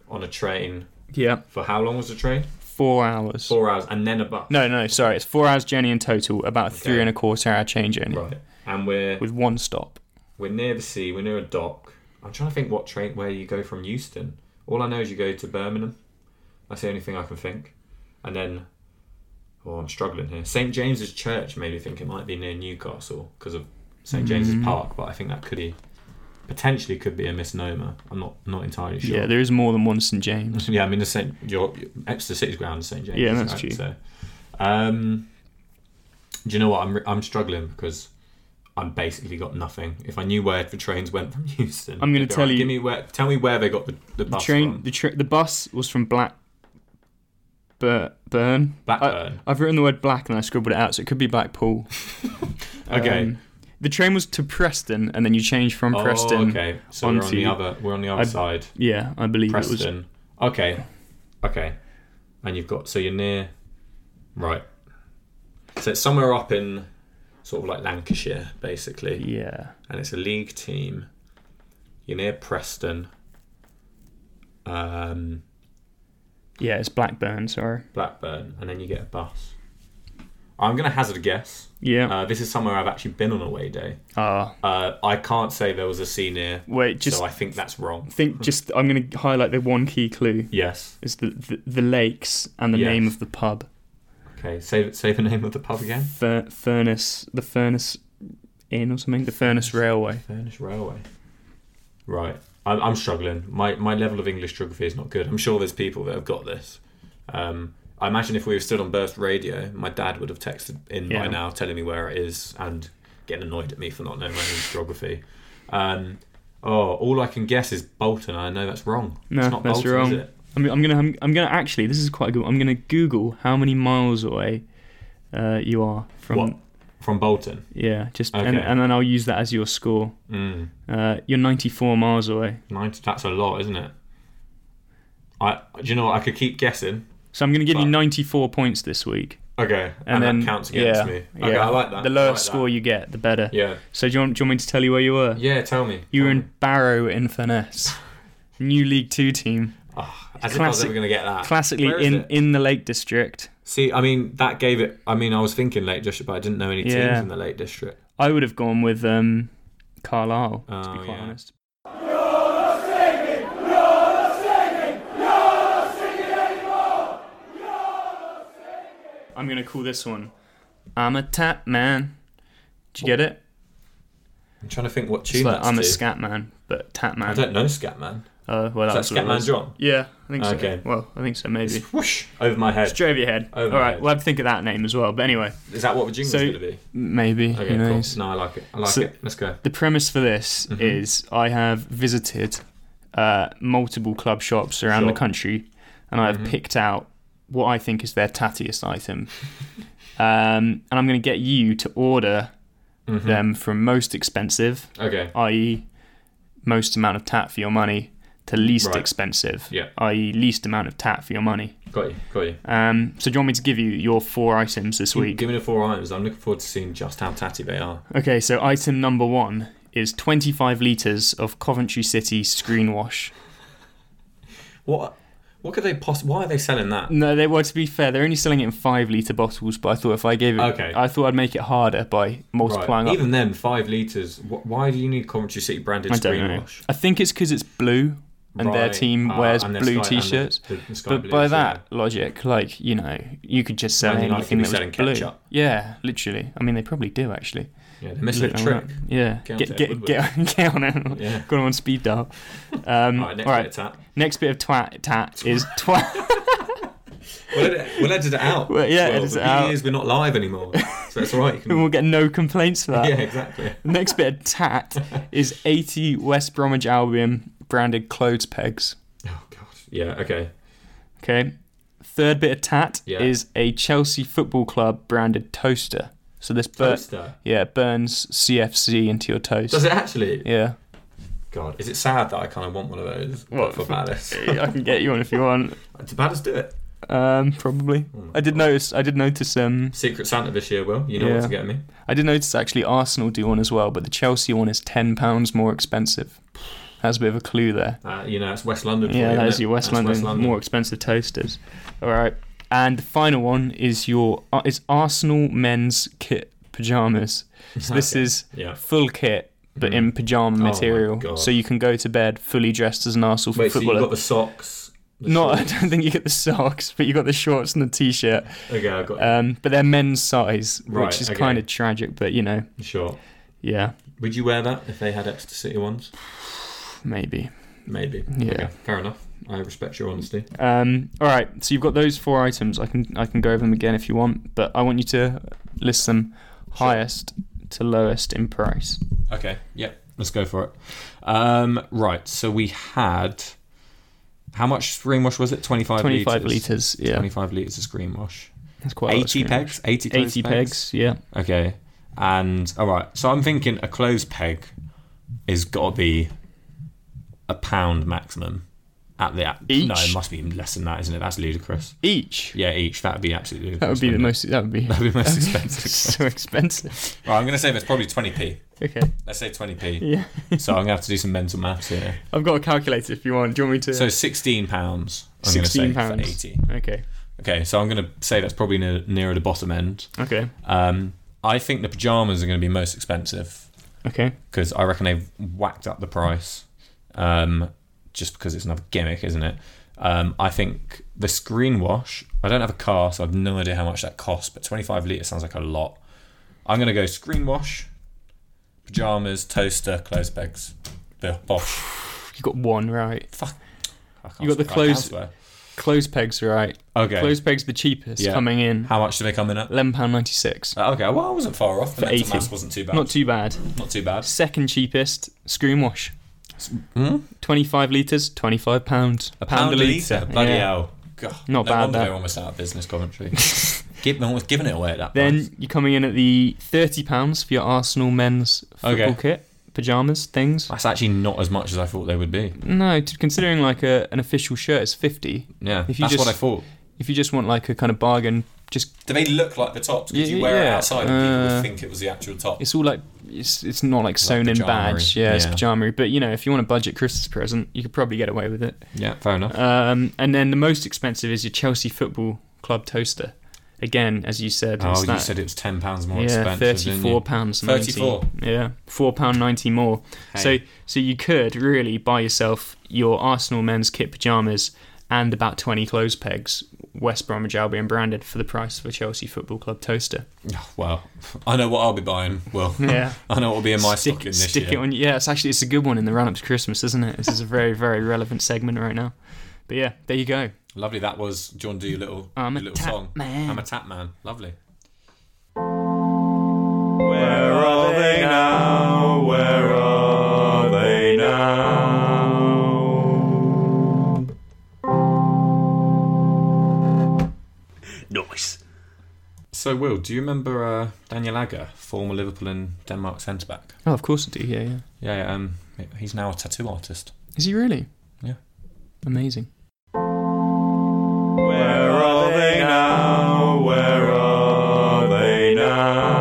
Speaker 4: on a train
Speaker 5: Yep.
Speaker 4: for how long was the train?
Speaker 5: Four hours.
Speaker 4: Four hours, and then a bus.
Speaker 5: No, no, sorry. It's four hours journey in total, about a three and a quarter hour train journey
Speaker 4: Right. And we're
Speaker 5: with one stop.
Speaker 4: we're near the sea. We're near a dock. I'm trying to think what train where you go from Euston. All I know is you go to Birmingham. That's the only thing I can think. And then, oh, I'm struggling here. St James's Church made me think it might be near Newcastle because of St James's Park, but I think that could be potentially could be a misnomer. I'm not not entirely sure.
Speaker 5: Yeah, there is more than one St James.
Speaker 4: Yeah, I mean the Saint your your- Exeter City's ground is Saint James.
Speaker 5: Yeah, that's
Speaker 4: right?
Speaker 5: true.
Speaker 4: So, um, do you know what? I'm I'm struggling because I'm basically got nothing. If I knew where the trains went from Houston,
Speaker 5: I'm gonna
Speaker 4: it'd be
Speaker 5: tell
Speaker 4: alright.
Speaker 5: you-
Speaker 4: Give me where. Tell me where they got the the
Speaker 5: The
Speaker 4: bus
Speaker 5: train,
Speaker 4: from.
Speaker 5: the tra- the bus was from Black. Bur- Burn.
Speaker 4: Blackburn.
Speaker 5: I, have written the word black and I scribbled it out, so it could be Blackpool.
Speaker 4: Okay.
Speaker 5: Um, the train was to Preston, and then you changed from
Speaker 4: Oh,
Speaker 5: Preston.
Speaker 4: okay. So we're on
Speaker 5: onto-
Speaker 4: the other. We're on the other
Speaker 5: I-
Speaker 4: side.
Speaker 5: Yeah, I believe it was.
Speaker 4: Preston. Okay. Okay. And you've got so you're near. Right. So it's somewhere up in sort of like Lancashire, basically.
Speaker 5: Yeah.
Speaker 4: and it's a league team. You're near Preston, um,
Speaker 5: Yeah, it's Blackburn, sorry.
Speaker 4: Blackburn, and then you get a bus. I'm going to hazard a guess.
Speaker 5: Yeah.
Speaker 4: Uh, this is somewhere I've actually been on a away day.
Speaker 5: Ah.
Speaker 4: Uh, I can't say there was a sea near,
Speaker 5: wait, just
Speaker 4: so I think that's wrong.
Speaker 5: think, just, I'm going to highlight the one key clue
Speaker 4: Yes.
Speaker 5: is the, the, the lakes and the
Speaker 4: Yes.
Speaker 5: name of the pub.
Speaker 4: Okay. Say say the name of the pub again.
Speaker 5: Fur- furnace, the Furnace Inn or something? The Furnace Railway.
Speaker 4: Furnish Railway. Right. I'm, I'm struggling. My my level of English geography is not good. I'm sure there's people that have got this. Um, I imagine if we were still on Burst Radio, my dad would have texted in by
Speaker 5: Yeah.
Speaker 4: now telling me where it is and getting annoyed at me for not knowing my English geography. Um, oh, all I can guess is Bolton. I know that's wrong.
Speaker 5: No,
Speaker 4: it's not
Speaker 5: that's
Speaker 4: Bolton,
Speaker 5: wrong.
Speaker 4: is it?
Speaker 5: I'm, I'm gonna I'm, I'm gonna actually this is quite a good. one. I'm gonna Google how many miles away uh, you are from
Speaker 4: What? From Bolton.
Speaker 5: yeah just and,
Speaker 4: Okay.
Speaker 5: and then I'll use that as your score.
Speaker 4: Mm,
Speaker 5: Uh, you're 94 miles away,
Speaker 4: 90, that's a lot, isn't it? I, do you know what? I could keep guessing.
Speaker 5: so I'm gonna give you
Speaker 4: But-
Speaker 5: 94 points this week,
Speaker 4: Okay, and,
Speaker 5: and, then
Speaker 4: that counts against
Speaker 5: yeah,
Speaker 4: me. Okay,
Speaker 5: yeah.
Speaker 4: I like that.
Speaker 5: The
Speaker 4: I
Speaker 5: lower
Speaker 4: like that.
Speaker 5: score you get, the better.
Speaker 4: Yeah.
Speaker 5: So do you, want, do you want me to tell you where you were?
Speaker 4: Yeah, tell me.
Speaker 5: You were
Speaker 4: Tell me.
Speaker 5: in Barrow in Furness, new League Two team,
Speaker 4: Ah, as if I was
Speaker 5: classic-
Speaker 4: ever going to get that.
Speaker 5: classically
Speaker 4: Uh, Where is
Speaker 5: in
Speaker 4: it?
Speaker 5: in the Lake District.
Speaker 4: See, I mean, that gave it. I mean, I was thinking Lake District, but I didn't know any teams
Speaker 5: Yeah.
Speaker 4: in the Lake District.
Speaker 5: I would have gone with um, Carlisle to
Speaker 4: Oh,
Speaker 5: be quite
Speaker 4: yeah.
Speaker 5: honest. I'm gonna call this one. I'm a tap man. Do you get it?
Speaker 4: I'm trying to think what
Speaker 5: It's
Speaker 4: tune
Speaker 5: like,
Speaker 4: that's
Speaker 5: I'm a
Speaker 4: to.
Speaker 5: scat man, but tap man.
Speaker 4: I don't know Scatman.
Speaker 5: Uh, well, that
Speaker 4: Is
Speaker 5: was
Speaker 4: that
Speaker 5: what it
Speaker 4: Scatman
Speaker 5: was.
Speaker 4: John?
Speaker 5: Yeah, I think so.
Speaker 4: Okay.
Speaker 5: Well, I think so. Maybe.
Speaker 4: It's whoosh over my head.
Speaker 5: Straight over your head.
Speaker 4: Over
Speaker 5: All
Speaker 4: my
Speaker 5: right,
Speaker 4: head.
Speaker 5: we'll have to think of that name as well. But anyway,
Speaker 4: Is that what the jingle's
Speaker 5: So-
Speaker 4: going to be?
Speaker 5: maybe
Speaker 4: Okay,
Speaker 5: who
Speaker 4: cool. Mm-hmm.
Speaker 5: knows?
Speaker 4: No, I like it. I like
Speaker 5: So-
Speaker 4: it. Let's go.
Speaker 5: The premise for this is I have visited uh, multiple club shops around
Speaker 4: Sure. Mm-hmm.
Speaker 5: the country, and I have picked out what I think is their tattiest item, um, and I'm going to get you to order
Speaker 4: Mm-hmm.
Speaker 5: them from most expensive,
Speaker 4: Okay.
Speaker 5: i.e., most amount of tat for your money, to least
Speaker 4: Right.
Speaker 5: expensive,
Speaker 4: Yeah.
Speaker 5: i.e., least amount of tat for your money.
Speaker 4: Got you. Got you.
Speaker 5: Um, so do you want me to give you your four items this week?
Speaker 4: Give me the four items. I'm looking forward to seeing just how tatty they are.
Speaker 5: Okay, so item number one is 25 litres of Coventry City screen wash.
Speaker 4: What? What could they poss? Why are they selling that?
Speaker 5: No, they were to be fair, they're only selling it in five litre bottles, but I thought if I gave it,
Speaker 4: Okay.
Speaker 5: I thought I'd make it harder by multiplying
Speaker 4: Right.
Speaker 5: up.
Speaker 4: Even then, five liters. Wh- why do you need Coventry City branded
Speaker 5: I don't know.
Speaker 4: screenwash?
Speaker 5: I think it's because it's blue and their
Speaker 4: Right.
Speaker 5: team
Speaker 4: Ah,
Speaker 5: wears
Speaker 4: and they're sky- and
Speaker 5: blue
Speaker 4: they're-
Speaker 5: t-shirts.
Speaker 4: the- the sky
Speaker 5: But
Speaker 4: blues,
Speaker 5: by
Speaker 4: yeah.
Speaker 5: that logic, like you know, you could just sell
Speaker 4: Man United
Speaker 5: anything
Speaker 4: could
Speaker 5: that
Speaker 4: be
Speaker 5: was
Speaker 4: selling
Speaker 5: blue.
Speaker 4: ketchup.
Speaker 5: Yeah, literally. I mean, they probably do actually.
Speaker 4: Yeah, they missed a
Speaker 5: Look,
Speaker 4: trick.
Speaker 5: I'm not- Yeah,
Speaker 4: Get on to
Speaker 5: get
Speaker 4: it,
Speaker 5: get
Speaker 4: would
Speaker 5: get, get on it.
Speaker 4: Yeah.
Speaker 5: Got him on speed dial. Um,
Speaker 4: All right, next
Speaker 5: all right.
Speaker 4: bit of tat.
Speaker 5: Next bit of twat tat is twat.
Speaker 4: We'll edit, we'll edit it out.
Speaker 5: Well, yeah, edit it
Speaker 4: the beauty
Speaker 5: out.
Speaker 4: is we're not live anymore, so that's all right. You can,
Speaker 5: we'll get no complaints for that.
Speaker 4: yeah, exactly.
Speaker 5: Next bit of tat is 80 West Bromwich Albion branded clothes pegs.
Speaker 4: Oh god. Yeah. Okay.
Speaker 5: Okay. Third bit of tat
Speaker 4: Yeah.
Speaker 5: is a Chelsea Football Club branded toaster. So this bur-
Speaker 4: Toaster.
Speaker 5: yeah burns CFC into your toast.
Speaker 4: Does it actually?
Speaker 5: Yeah.
Speaker 4: God, is it sad that I kind of want one of those? but
Speaker 5: What?
Speaker 4: for Palace?
Speaker 5: I can get you one if you want.
Speaker 4: Did Palace do it? Hmm.
Speaker 5: Um, probably. I did notice. I did notice. Um,
Speaker 4: Secret Santa this year, Will. You know
Speaker 5: Yeah.
Speaker 4: what to get me.
Speaker 5: I did notice actually Arsenal do one as well, but the Chelsea one is ten pounds more expensive. That's a bit of a clue there.
Speaker 4: Uh, you know, it's West London. for
Speaker 5: Yeah,
Speaker 4: you, isn't
Speaker 5: that is
Speaker 4: it?
Speaker 5: your West
Speaker 4: That's
Speaker 5: London, more expensive toasters. All right, and the final one is your uh, is Arsenal men's kit pajamas. So this
Speaker 4: Okay.
Speaker 5: is
Speaker 4: Yeah.
Speaker 5: full kit, but in pajama
Speaker 4: my
Speaker 5: material,
Speaker 4: God.
Speaker 5: so you can go to bed fully dressed as an Arsenal
Speaker 4: Wait, so
Speaker 5: footballer.
Speaker 4: you got the socks? the
Speaker 5: no, I
Speaker 4: shorts.
Speaker 5: don't think you get the socks, but you got the shorts and the t-shirt.
Speaker 4: Okay, I got
Speaker 5: Um, but they're men's size,
Speaker 4: Right,
Speaker 5: which is
Speaker 4: okay.
Speaker 5: kind of tragic. But you know,
Speaker 4: Sure.
Speaker 5: yeah,
Speaker 4: Would you wear that if they had Exeter City ones?
Speaker 5: maybe.
Speaker 4: Maybe.
Speaker 5: Yeah.
Speaker 4: Okay, fair enough. I respect your honesty.
Speaker 5: Um, all right, so you've got those four items. I can I can go over them again if you want, but I want you to list them highest to lowest in price.
Speaker 4: Okay. Yep. Let's go for it. Um, right. So we had how much screen wash was it? Twenty five.
Speaker 5: Twenty five liters, yeah,
Speaker 4: Twenty five liters of screen wash.
Speaker 5: that's quite a lot of
Speaker 4: Eighty
Speaker 5: screen.
Speaker 4: pegs. Eighty. closed
Speaker 5: Eighty pegs, yeah.
Speaker 4: Okay. And all right. So I'm thinking a closed peg is got to be a pound maximum. At the
Speaker 5: Each?
Speaker 4: no, it must be less than that, isn't it? That's ludicrous.
Speaker 5: Each.
Speaker 4: Yeah, each. That would be absolutely ludicrous.
Speaker 5: That would be the
Speaker 4: wouldn't it?
Speaker 5: most. That would be.
Speaker 4: That'd be the most expensive.
Speaker 5: so expensive.
Speaker 4: Right, I'm going to say that's probably 20p.
Speaker 5: Okay.
Speaker 4: Let's say 20p.
Speaker 5: Yeah.
Speaker 4: So I'm going to have to do some mental maths here.
Speaker 5: I've got a calculator if you want. Do you want me to?
Speaker 4: So 16 pounds. I'm going
Speaker 5: Sixteen
Speaker 4: to
Speaker 5: pounds.
Speaker 4: say for 80.
Speaker 5: okay.
Speaker 4: Okay, so I'm going to say that's probably near, nearer the bottom end.
Speaker 5: Okay.
Speaker 4: Um, I think the pajamas are going to be most expensive
Speaker 5: Okay.
Speaker 4: because I reckon they've whacked up the price. Um, just because it's another gimmick, isn't it? Um, I think the screen wash. I don't have a car, so I've no idea how much that costs. But 25 litre sounds like a lot. I'm gonna go screen wash, pajamas, toaster, clothes pegs. The bosh.
Speaker 5: You got one right.
Speaker 4: I can't
Speaker 5: You got
Speaker 4: swear- I
Speaker 5: the
Speaker 4: can
Speaker 5: clothes-
Speaker 4: swear.
Speaker 5: Close pegs right.
Speaker 4: Okay.
Speaker 5: Close pegs the cheapest
Speaker 4: Yeah.
Speaker 5: coming in.
Speaker 4: How much do they come in at?
Speaker 5: Eleven pound ninety six.
Speaker 4: Uh, Okay, well I wasn't far off. The
Speaker 5: For
Speaker 4: mental
Speaker 5: 80.
Speaker 4: maths wasn't too bad.
Speaker 5: Not too bad.
Speaker 4: Not too bad.
Speaker 5: Second cheapest, screen wash. 25 litres, 25 pounds.
Speaker 4: Hmm? A pound, a litre. Bloody
Speaker 5: Yeah.
Speaker 4: hell. God, no
Speaker 5: Not bad,
Speaker 4: wonder
Speaker 5: that.
Speaker 4: they're almost out of business, Coventry. Give, they're almost giving it away at that
Speaker 5: Then
Speaker 4: price.
Speaker 5: you're coming in at the 30 pounds for your Arsenal men's football
Speaker 4: Okay.
Speaker 5: kit, pyjamas, things.
Speaker 4: That's actually not as much as I thought they would be.
Speaker 5: No, t- considering like a, an official shirt is 50.
Speaker 4: Yeah,
Speaker 5: If you
Speaker 4: that's
Speaker 5: just-
Speaker 4: what I thought.
Speaker 5: If you just want like a kind of bargain, just
Speaker 4: Do they look like the tops? Because
Speaker 5: Yeah,
Speaker 4: you wear it
Speaker 5: yeah.
Speaker 4: outside and people
Speaker 5: Uh,
Speaker 4: would think it was the actual top.
Speaker 5: it's all like it's it's not like sewn in
Speaker 4: pyjamery.
Speaker 5: badge. Yeah, it's
Speaker 4: Yeah.
Speaker 5: pyjama. But you know, if you want a budget Christmas present, you could probably get away with it.
Speaker 4: Yeah, fair enough.
Speaker 5: Um, and then the most expensive is your Chelsea Football Club toaster. Again, as you said,
Speaker 4: oh,
Speaker 5: it's
Speaker 4: you
Speaker 5: that-
Speaker 4: said it was ten pounds more
Speaker 5: yeah,
Speaker 4: expensive. didn't
Speaker 5: thirty-four
Speaker 4: you?
Speaker 5: pounds.
Speaker 4: 34.
Speaker 5: Yeah, four pound ninety more. So,
Speaker 4: Hey.
Speaker 5: so you could really buy yourself your Arsenal men's kit pajamas and about 20 clothes pegs, West Bromwich Albion branded, for the price of a Chelsea Football Club toaster.
Speaker 4: Oh, well, I know what I'll be buying. Well,
Speaker 5: Yeah.
Speaker 4: I know what will be in my
Speaker 5: stick,
Speaker 4: stocking this
Speaker 5: stick
Speaker 4: year.
Speaker 5: it on. Yeah, it's actually it's a good one in the run up to Christmas, isn't it? This is a very very relevant segment right now. But yeah, there you go.
Speaker 4: Lovely. That was John Do your little,
Speaker 5: I'm
Speaker 4: your
Speaker 5: a
Speaker 4: little
Speaker 5: tap
Speaker 4: song.
Speaker 5: man.
Speaker 4: I'm a tap man. Lovely.
Speaker 3: Where are they now? Where are they now?
Speaker 6: Nice.
Speaker 4: So, Will, do you remember uh, Daniel Agger, former Liverpool and Denmark centre back?
Speaker 5: Oh, of course I do. Yeah, yeah.
Speaker 4: Yeah, yeah, um, he's now a tattoo artist.
Speaker 5: Is he really?
Speaker 4: Yeah.
Speaker 5: Amazing.
Speaker 3: Where are they now? Where are they now?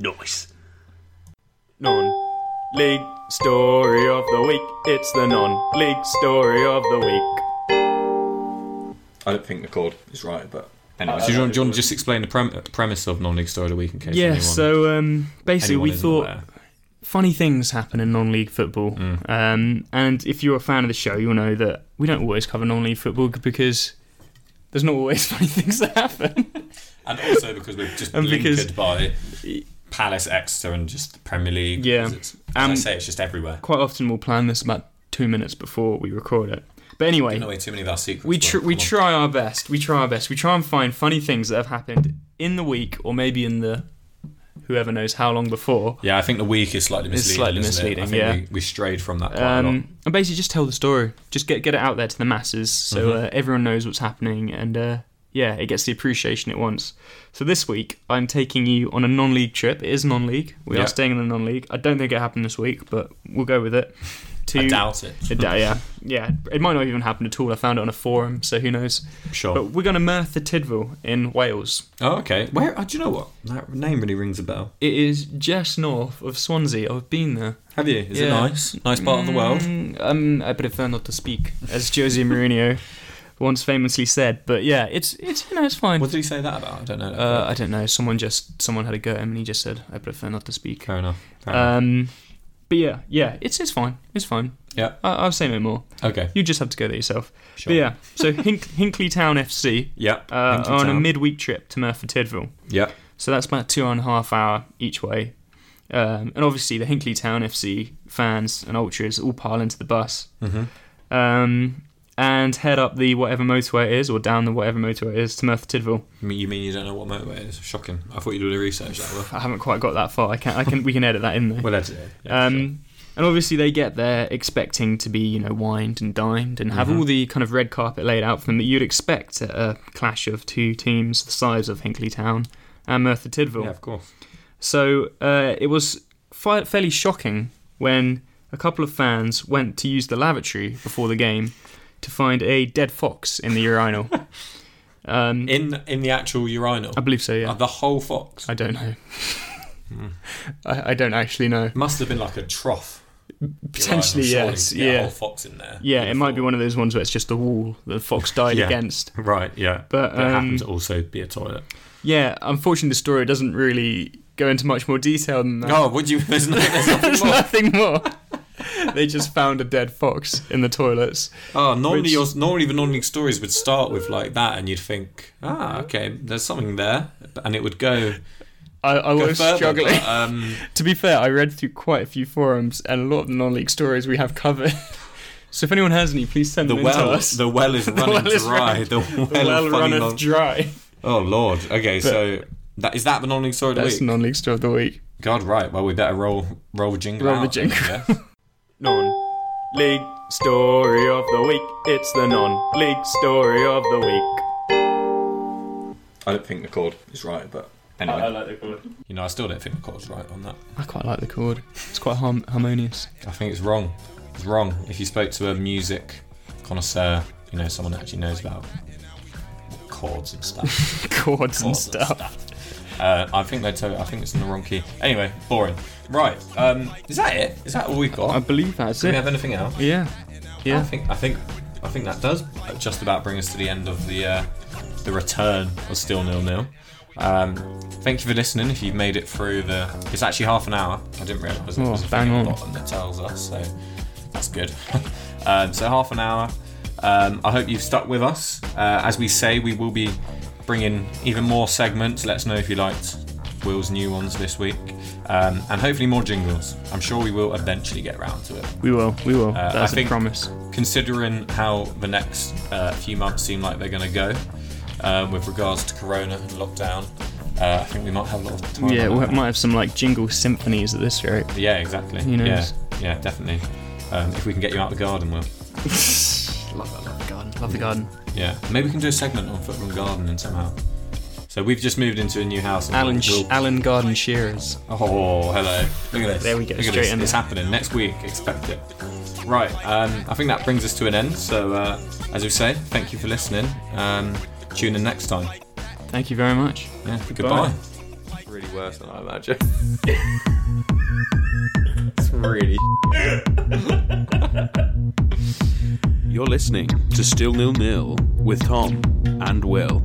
Speaker 6: Nice.
Speaker 3: Non league story of the week. It's the non league story of the week.
Speaker 7: I don't think the chord is right, but anyway.
Speaker 4: So, do you want, do you want to just explain the prem- uh, premise of Non League Story of the Week in case
Speaker 5: Yeah.
Speaker 4: anyone,
Speaker 5: So um, basically,
Speaker 4: anyone
Speaker 5: we
Speaker 4: isn't
Speaker 5: thought
Speaker 4: aware? Mm.
Speaker 5: funny things happen in non-league football, um, and if you're a fan of the show, you'll know that we don't always cover non-league football because there's not always funny things that happen.
Speaker 4: And also because we're just
Speaker 5: And
Speaker 4: blinkered
Speaker 5: because-
Speaker 4: by Palace, Exeter, and just the Premier League.
Speaker 5: Yeah.
Speaker 4: As, it's, as I
Speaker 5: Um,
Speaker 4: say, it's just everywhere.
Speaker 5: Quite often, we'll plan this about two minutes before we record it. But anyway,
Speaker 4: No way, too many of our secrets.
Speaker 5: we
Speaker 4: Will.
Speaker 5: tr- we
Speaker 4: Come on.
Speaker 5: try our best. We try our best. We try and find funny things that have happened in the week or maybe in the whoever knows how long before.
Speaker 4: Yeah, I think the week is slightly misleading.
Speaker 5: slightly
Speaker 4: isn't it?
Speaker 5: misleading,
Speaker 4: I
Speaker 5: yeah.
Speaker 4: think we, we strayed from that quite a lot.
Speaker 5: Um, and basically just tell the story. Just get get it out there to the masses so
Speaker 4: Mm-hmm.
Speaker 5: uh, everyone knows what's happening and uh, yeah, it gets the appreciation it wants. So this week I'm taking you on a non-league trip. It is non-league. We
Speaker 4: Yeah.
Speaker 5: are staying in the non-league. I don't think it happened this week, but we'll go with it. To
Speaker 4: I doubt it.
Speaker 5: it, yeah, yeah. It might not even happen at all. I found it on a forum, so who knows?
Speaker 4: Sure.
Speaker 5: But we're going to Merthyr Tydfil in Wales.
Speaker 4: oh, okay. Where? Uh, do you know what? That name really rings a bell.
Speaker 5: It is just north of Swansea. I've been there.
Speaker 4: Have you? Is it
Speaker 5: Yeah.
Speaker 4: nice? Nice part of the world.
Speaker 5: Mm, um, I prefer not to speak, as Jose Mourinho once famously said. But yeah, it's it's you know it's fine.
Speaker 4: What did he say that about? I don't know.
Speaker 5: Uh, I don't know. Someone just someone had a go at him, and he just said, "I prefer not to speak."
Speaker 4: Fair enough. Fair enough.
Speaker 5: Um, but yeah, yeah, it's it's fine. It's fine.
Speaker 4: Yeah.
Speaker 5: I, I'll say no more.
Speaker 4: Uh, Okay.
Speaker 5: You just have to go there yourself.
Speaker 4: Sure.
Speaker 5: But yeah, so Hink- Hinkley Town FC
Speaker 4: Yeah.
Speaker 5: uh, are on a
Speaker 4: Hinkley Town.
Speaker 5: midweek trip to Merthyr Tydfil.
Speaker 4: Yeah.
Speaker 5: So that's about two and a half hour each way. Um, and obviously, the Hinkley Town FC fans and ultras all pile into the bus
Speaker 4: Mm-hmm.
Speaker 5: um, and head up the whatever motorway it is, or down the whatever motorway it is to Merthyr Tydfil.
Speaker 4: You mean- You mean you don't know what motorway it is? Shocking. I thought you'd do the research that well.
Speaker 5: I haven't quite got that far. I can, I can, we can edit that in there.
Speaker 4: Well, that's it. Yeah, sure.
Speaker 5: Um, and obviously, they get there expecting to be, you know, wined and dined and
Speaker 4: Mm-hmm.
Speaker 5: have all the kind of red carpet laid out for them that you'd expect at a clash of two teams the size of Hinkley Town and Merthyr Tydfil.
Speaker 4: Yeah, of course.
Speaker 5: So uh, it was fi- fairly shocking when a couple of fans went to use the lavatory before the game to find a dead fox in the urinal. um,
Speaker 4: In in the actual urinal.
Speaker 5: I believe so. Yeah.
Speaker 4: Uh, the whole fox
Speaker 5: I don't know.
Speaker 4: Hmm.
Speaker 5: I, I don't actually know.
Speaker 4: must have been like a trough.
Speaker 5: Potentially,
Speaker 4: urinal,
Speaker 5: yes.
Speaker 4: surely to get a
Speaker 5: Yeah.
Speaker 4: whole fox in there.
Speaker 5: Yeah,
Speaker 4: You'd
Speaker 5: it
Speaker 4: have
Speaker 5: might be
Speaker 4: thought.
Speaker 5: one of those ones where it's just the wall the fox died
Speaker 4: Yeah.
Speaker 5: against.
Speaker 4: Right. Yeah.
Speaker 5: But,
Speaker 4: it
Speaker 5: um,
Speaker 4: happens to also be a toilet.
Speaker 5: Yeah, unfortunately, the story doesn't really go into much more detail than that.
Speaker 4: Oh, would you? There's no- there's nothing
Speaker 5: There's
Speaker 4: more.
Speaker 5: nothing more. they just found a dead fox in the toilets.
Speaker 4: Oh, normally
Speaker 5: Which-
Speaker 4: your normally the non-league stories would start with like that, and you'd think, ah, okay, there's something there, and it would go.
Speaker 5: I, I
Speaker 4: go
Speaker 5: was
Speaker 4: further,
Speaker 5: struggling.
Speaker 4: but, um,
Speaker 5: To be fair, I read through quite a few forums, and a lot of the non-league stories we have covered. so if anyone has any, please send
Speaker 4: the
Speaker 5: them in to
Speaker 4: well,
Speaker 5: us.
Speaker 4: the well is running
Speaker 5: well is
Speaker 4: dry.
Speaker 5: running-
Speaker 4: The well,
Speaker 5: The well
Speaker 4: of funny
Speaker 5: runneth
Speaker 4: non-
Speaker 5: dry.
Speaker 4: Oh lord. Okay, so that is that the non-league story of the
Speaker 5: That's
Speaker 4: week.
Speaker 5: the non-league story of the week.
Speaker 4: God, right. Well, we better roll roll jingle.
Speaker 5: Roll the
Speaker 4: out,
Speaker 5: jingle.
Speaker 4: yeah?
Speaker 3: Non league story of the week. It's the non league story of the week.
Speaker 7: I don't think the chord is right, but anyway.
Speaker 4: you know, I still don't think the chord's right on that.
Speaker 5: I quite like the chord. It's quite harm- harmonious.
Speaker 4: I think it's wrong. It's wrong. If you spoke to a music connoisseur, you know, someone that actually knows about chords and stuff. Chords
Speaker 5: Chords and
Speaker 4: and
Speaker 5: stuff.
Speaker 4: Uh, I think they tell. I think it's in the wrong key. Anyway, boring. Right. Um, is that it? Is that all we've got?
Speaker 5: I believe that's
Speaker 4: Do we
Speaker 5: it.
Speaker 4: have anything else?
Speaker 5: Yeah.
Speaker 4: I
Speaker 5: Yeah.
Speaker 4: think. I think. I think that does just about bring us to the end of the uh, the return of still nil nil. Um, thank you for listening. If you've made it through the, it's actually half an hour. I didn't realise it
Speaker 5: Oh,
Speaker 4: was
Speaker 5: bang
Speaker 4: a
Speaker 5: on.
Speaker 4: lot, and it tells us, so that's good. um, so half an hour. Um, I hope you've stuck with us. Uh, as we say, we will be bringing even more segments. Let us know if you liked Will's new ones this week, um, and hopefully more jingles. I'm sure we will eventually get round to it
Speaker 5: We will. We will.
Speaker 4: Uh,
Speaker 5: That's
Speaker 4: I
Speaker 5: a
Speaker 4: think-
Speaker 5: promise.
Speaker 4: considering how the next uh, few months seem like they're going to go um, with regards to Corona and lockdown, uh, I think we might have a lot of time.
Speaker 5: Yeah,
Speaker 4: on
Speaker 5: we
Speaker 4: that.
Speaker 5: might have some like jingle symphonies at this rate.
Speaker 4: Yeah, exactly.
Speaker 5: Who knows?
Speaker 4: Yeah, yeah, definitely. Um, if we can get you out of the garden, Will.
Speaker 5: Love, love the garden. Love the garden.
Speaker 4: Yeah, maybe we can do a segment on Football and Gardening somehow. So we've just moved into a new house. And
Speaker 5: Alan,
Speaker 4: we'll-
Speaker 5: Sh- Alan Garden Shearers.
Speaker 4: Oh, hello. Look at this.
Speaker 5: There we go,
Speaker 4: Look at
Speaker 5: straight
Speaker 4: this.
Speaker 5: in.
Speaker 4: It's happening next week. Expect it. Right. Um, I think that brings us to an end. So, uh, as we say, thank you for listening. Um, tune in next time.
Speaker 5: Thank you very much.
Speaker 4: Yeah,
Speaker 5: Goodbye.
Speaker 4: goodbye.
Speaker 8: Really worse than I imagine. it's really.
Speaker 2: You're listening to Still Nil Nil with Tom and Will.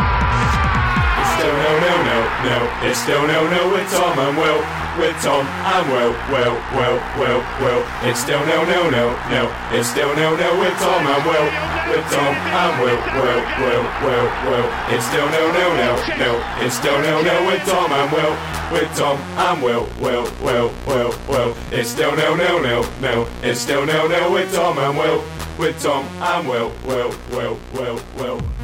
Speaker 3: It's still no, no, no, no. It's still no, no with Tom and Will. With Tom and Will, Will, Will, Will, Will. It's still no, no, no, no. It's still no, no with Tom and Will. With Tom and Will, Will, Will, Will, Will. It's still no, no, no, no. It's still no, no with Tom and Will. With Tom and Will, Will, Will, Will, Will. It's still no, no, no, no. It's still no, no with Tom and Will. With Tom and Will, Will, Will, Will, Will.